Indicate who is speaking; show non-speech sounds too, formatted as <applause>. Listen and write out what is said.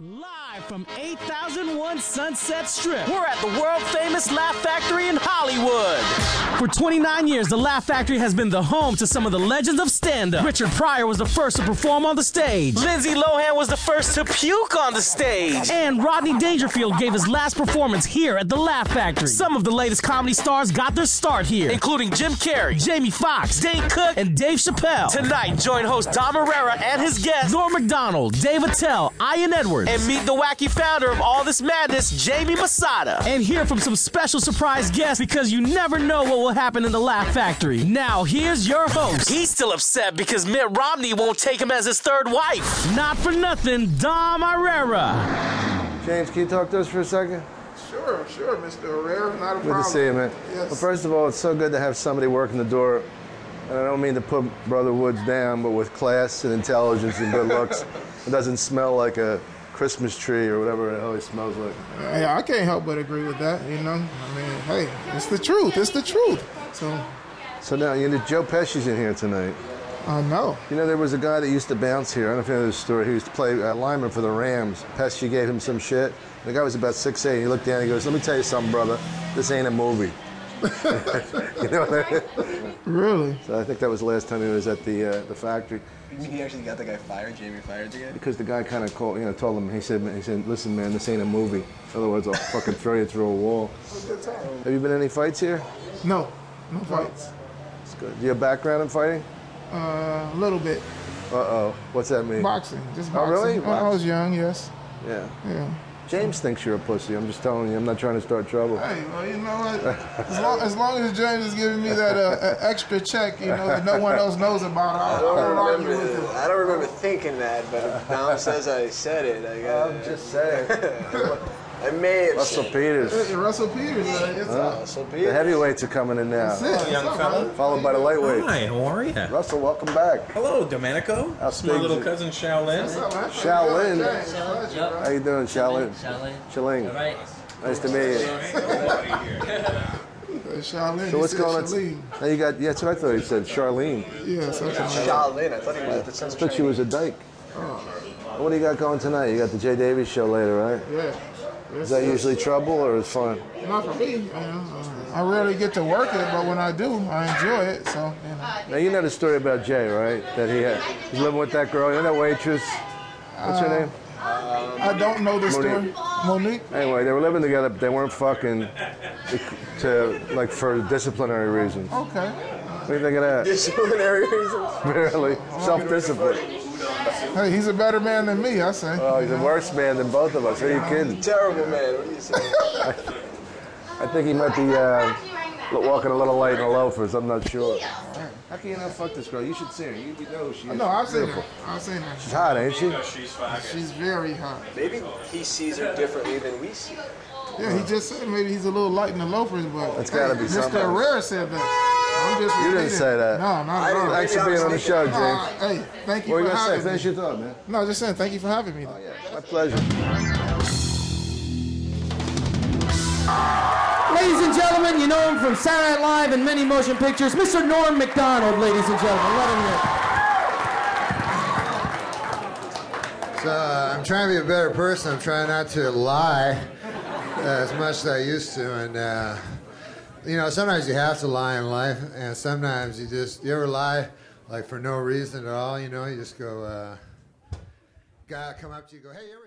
Speaker 1: Live from 8001 Sunset Strip, we're at the world famous Laugh Factory in Hollywood. For 29 years, the Laugh Factory has been the home to some of the legends of stand up. Richard Pryor was the first to perform on the stage, Lindsay Lohan was the first to puke on the stage, and Rodney Dangerfield gave his last performance here at the Laugh Factory. Some of the latest comedy stars got their start here, including Jim Carrey, Jamie Foxx, Dane Cook, and Dave Chappelle. Tonight, join host Don Herrera and his guests, Norm MacDonald, Dave Attell, Ian Edwards, and meet the wacky founder of All This Madness, Jamie Masada. And hear from some special surprise guests because you never know what will happen in the Laugh Factory. Now, here's your host. He's still upset because Mitt Romney won't take him as his third wife. Not for nothing, Dom Herrera.
Speaker 2: James, can you talk to us for a second?
Speaker 3: Sure, sure, Mr. Herrera, not a
Speaker 2: Good
Speaker 3: problem.
Speaker 2: to see you, man.
Speaker 3: Yes.
Speaker 2: Well, first of all, it's so good to have somebody working the door. And I don't mean to put Brother Woods down, but with class and intelligence and good looks, it doesn't smell like a Christmas tree or whatever the hell he smells like.
Speaker 3: Hey, I can't help but agree with that. You know, I mean, hey, it's the truth. It's the truth. So,
Speaker 2: So now, you know, Joe Pesci's in here tonight.
Speaker 3: I know.
Speaker 2: You know, there was a guy that used to bounce here. I don't know if you know this story. He used to play uh, lineman for the Rams. Pesci gave him some shit. The guy was about 6'8". He looked down and he goes, let me tell you something, brother. This ain't a movie. you know what I mean?
Speaker 3: Really?
Speaker 2: So I think that was the last time he was at the, uh, the factory.
Speaker 4: He actually got the guy fired. Jamie fired the guy.
Speaker 2: Because the guy kind of called, you know, told him. He said, he said, listen, man, this ain't a movie. In other words, I'll fucking throw you through a wall. Have you been in any fights here?
Speaker 3: No, no fights.
Speaker 2: It's good. Do you have background in fighting?
Speaker 3: Uh, a little bit.
Speaker 2: Uh-oh. What's that mean?
Speaker 3: Boxing, just
Speaker 2: Oh,
Speaker 3: boxing.
Speaker 2: really?
Speaker 3: When I was young, yes.
Speaker 2: Yeah.
Speaker 3: Yeah.
Speaker 2: James thinks you're a pussy. I'm just telling you. I'm not trying to start trouble.
Speaker 3: Hey, well, you know what? <laughs> As long as, long as James is giving me that uh, uh, extra check, you know, that no one else knows about, I'll,
Speaker 4: I
Speaker 3: I'll
Speaker 4: don't
Speaker 3: argue
Speaker 4: remember.
Speaker 3: with him.
Speaker 4: I don't remember thinking that, but
Speaker 2: <laughs>
Speaker 4: if Dom says I said it. I got.
Speaker 2: I'm just saying.
Speaker 4: I may have.
Speaker 2: Russell
Speaker 4: said it.
Speaker 2: Peters.
Speaker 3: Russell Peters, uh, it's uh,
Speaker 4: Russell Peters.
Speaker 2: The heavyweights are coming in
Speaker 3: that's
Speaker 2: now.
Speaker 3: it.
Speaker 5: young
Speaker 3: What's up,
Speaker 5: fella.
Speaker 3: brother?
Speaker 2: Followed by the lightweight.
Speaker 5: Hi, how are you?
Speaker 2: Russell, welcome back.
Speaker 5: Hello, Domenico.
Speaker 2: How
Speaker 5: It's my
Speaker 2: things
Speaker 5: little
Speaker 2: are-
Speaker 5: cousin Shaolin.
Speaker 3: What's up, man?
Speaker 2: Shaolin.
Speaker 3: James, pleasure,
Speaker 6: Yep.
Speaker 3: bro.
Speaker 2: How you doing, Shaolin?
Speaker 6: Shaolin. All
Speaker 2: Shaling.
Speaker 6: right.
Speaker 2: Nice to meet you.
Speaker 3: Uh, Shaolin.
Speaker 2: So what's
Speaker 3: he said
Speaker 2: going
Speaker 3: Shaolin.
Speaker 2: on? Now you got. Yeah, that's what I thought you said. Charlene.
Speaker 3: Yeah, so it's a-
Speaker 4: Shaolin. I thought he was.
Speaker 2: I thought
Speaker 4: <laughs>
Speaker 2: she was a dyke. What do you got going tonight? You got the Jay Davies show later, right?
Speaker 3: yeah.
Speaker 2: Is that usually trouble or is fun?
Speaker 3: Not for me. You know, I rarely get to work it, but when I do, I enjoy it. So, you know.
Speaker 2: Now you know the story about Jay, right? That he had he's living with that girl, you know that waitress. What's her name?
Speaker 3: I don't know the story.
Speaker 2: Monique.
Speaker 3: Monique?
Speaker 2: Anyway, they were living together, but they weren't fucking to like for disciplinary reasons.
Speaker 3: Okay.
Speaker 2: What do you think of that? <laughs>
Speaker 4: Disciplinary reasons.
Speaker 2: Barely self-discipline.
Speaker 3: Hey, he's a better man than me, I say.
Speaker 2: Oh, he's a worse man than both of us. Are you kidding?
Speaker 4: Terrible man. What do
Speaker 2: <laughs>
Speaker 4: you say?
Speaker 2: I think he might be uh, walking a little light in the loafers. I'm not sure. How can you not fuck this girl? You should see her. You, you know who she is.
Speaker 3: No, I've seen her.
Speaker 2: Beautiful.
Speaker 3: I've seen her.
Speaker 2: She's hot, ain't she?
Speaker 3: She's very hot.
Speaker 4: Maybe he sees her differently than we see. her.
Speaker 3: Yeah, he just said maybe he's a little light in the loafers, but
Speaker 2: That's gotta be
Speaker 3: Mr.
Speaker 2: something.
Speaker 3: Herrera said that. I'm just
Speaker 2: You didn't
Speaker 3: repeating.
Speaker 2: say that.
Speaker 3: No, not
Speaker 4: I
Speaker 3: at
Speaker 4: didn't-
Speaker 3: all.
Speaker 4: I
Speaker 2: Thanks for being on the show,
Speaker 3: Uh,
Speaker 2: James.
Speaker 3: hey, thank you
Speaker 2: What were you gonna
Speaker 3: for
Speaker 2: say?
Speaker 3: having me.
Speaker 2: Finish your thought, man.
Speaker 3: No, just saying, thank you for having me.
Speaker 2: My pleasure.
Speaker 7: Ladies and gentlemen, you know him from Saturday Night Live and many motion pictures, Mr. Norm MacDonald, ladies and gentlemen. Let him in.
Speaker 8: So uh, I'm trying to be a better person. I'm trying not to lie as much as I used to. And, uh, you know, sometimes you have to lie in life, and sometimes you just, you ever lie like for no reason at all? You know, you just go, uh, guy will come up to you, go, hey, you ever.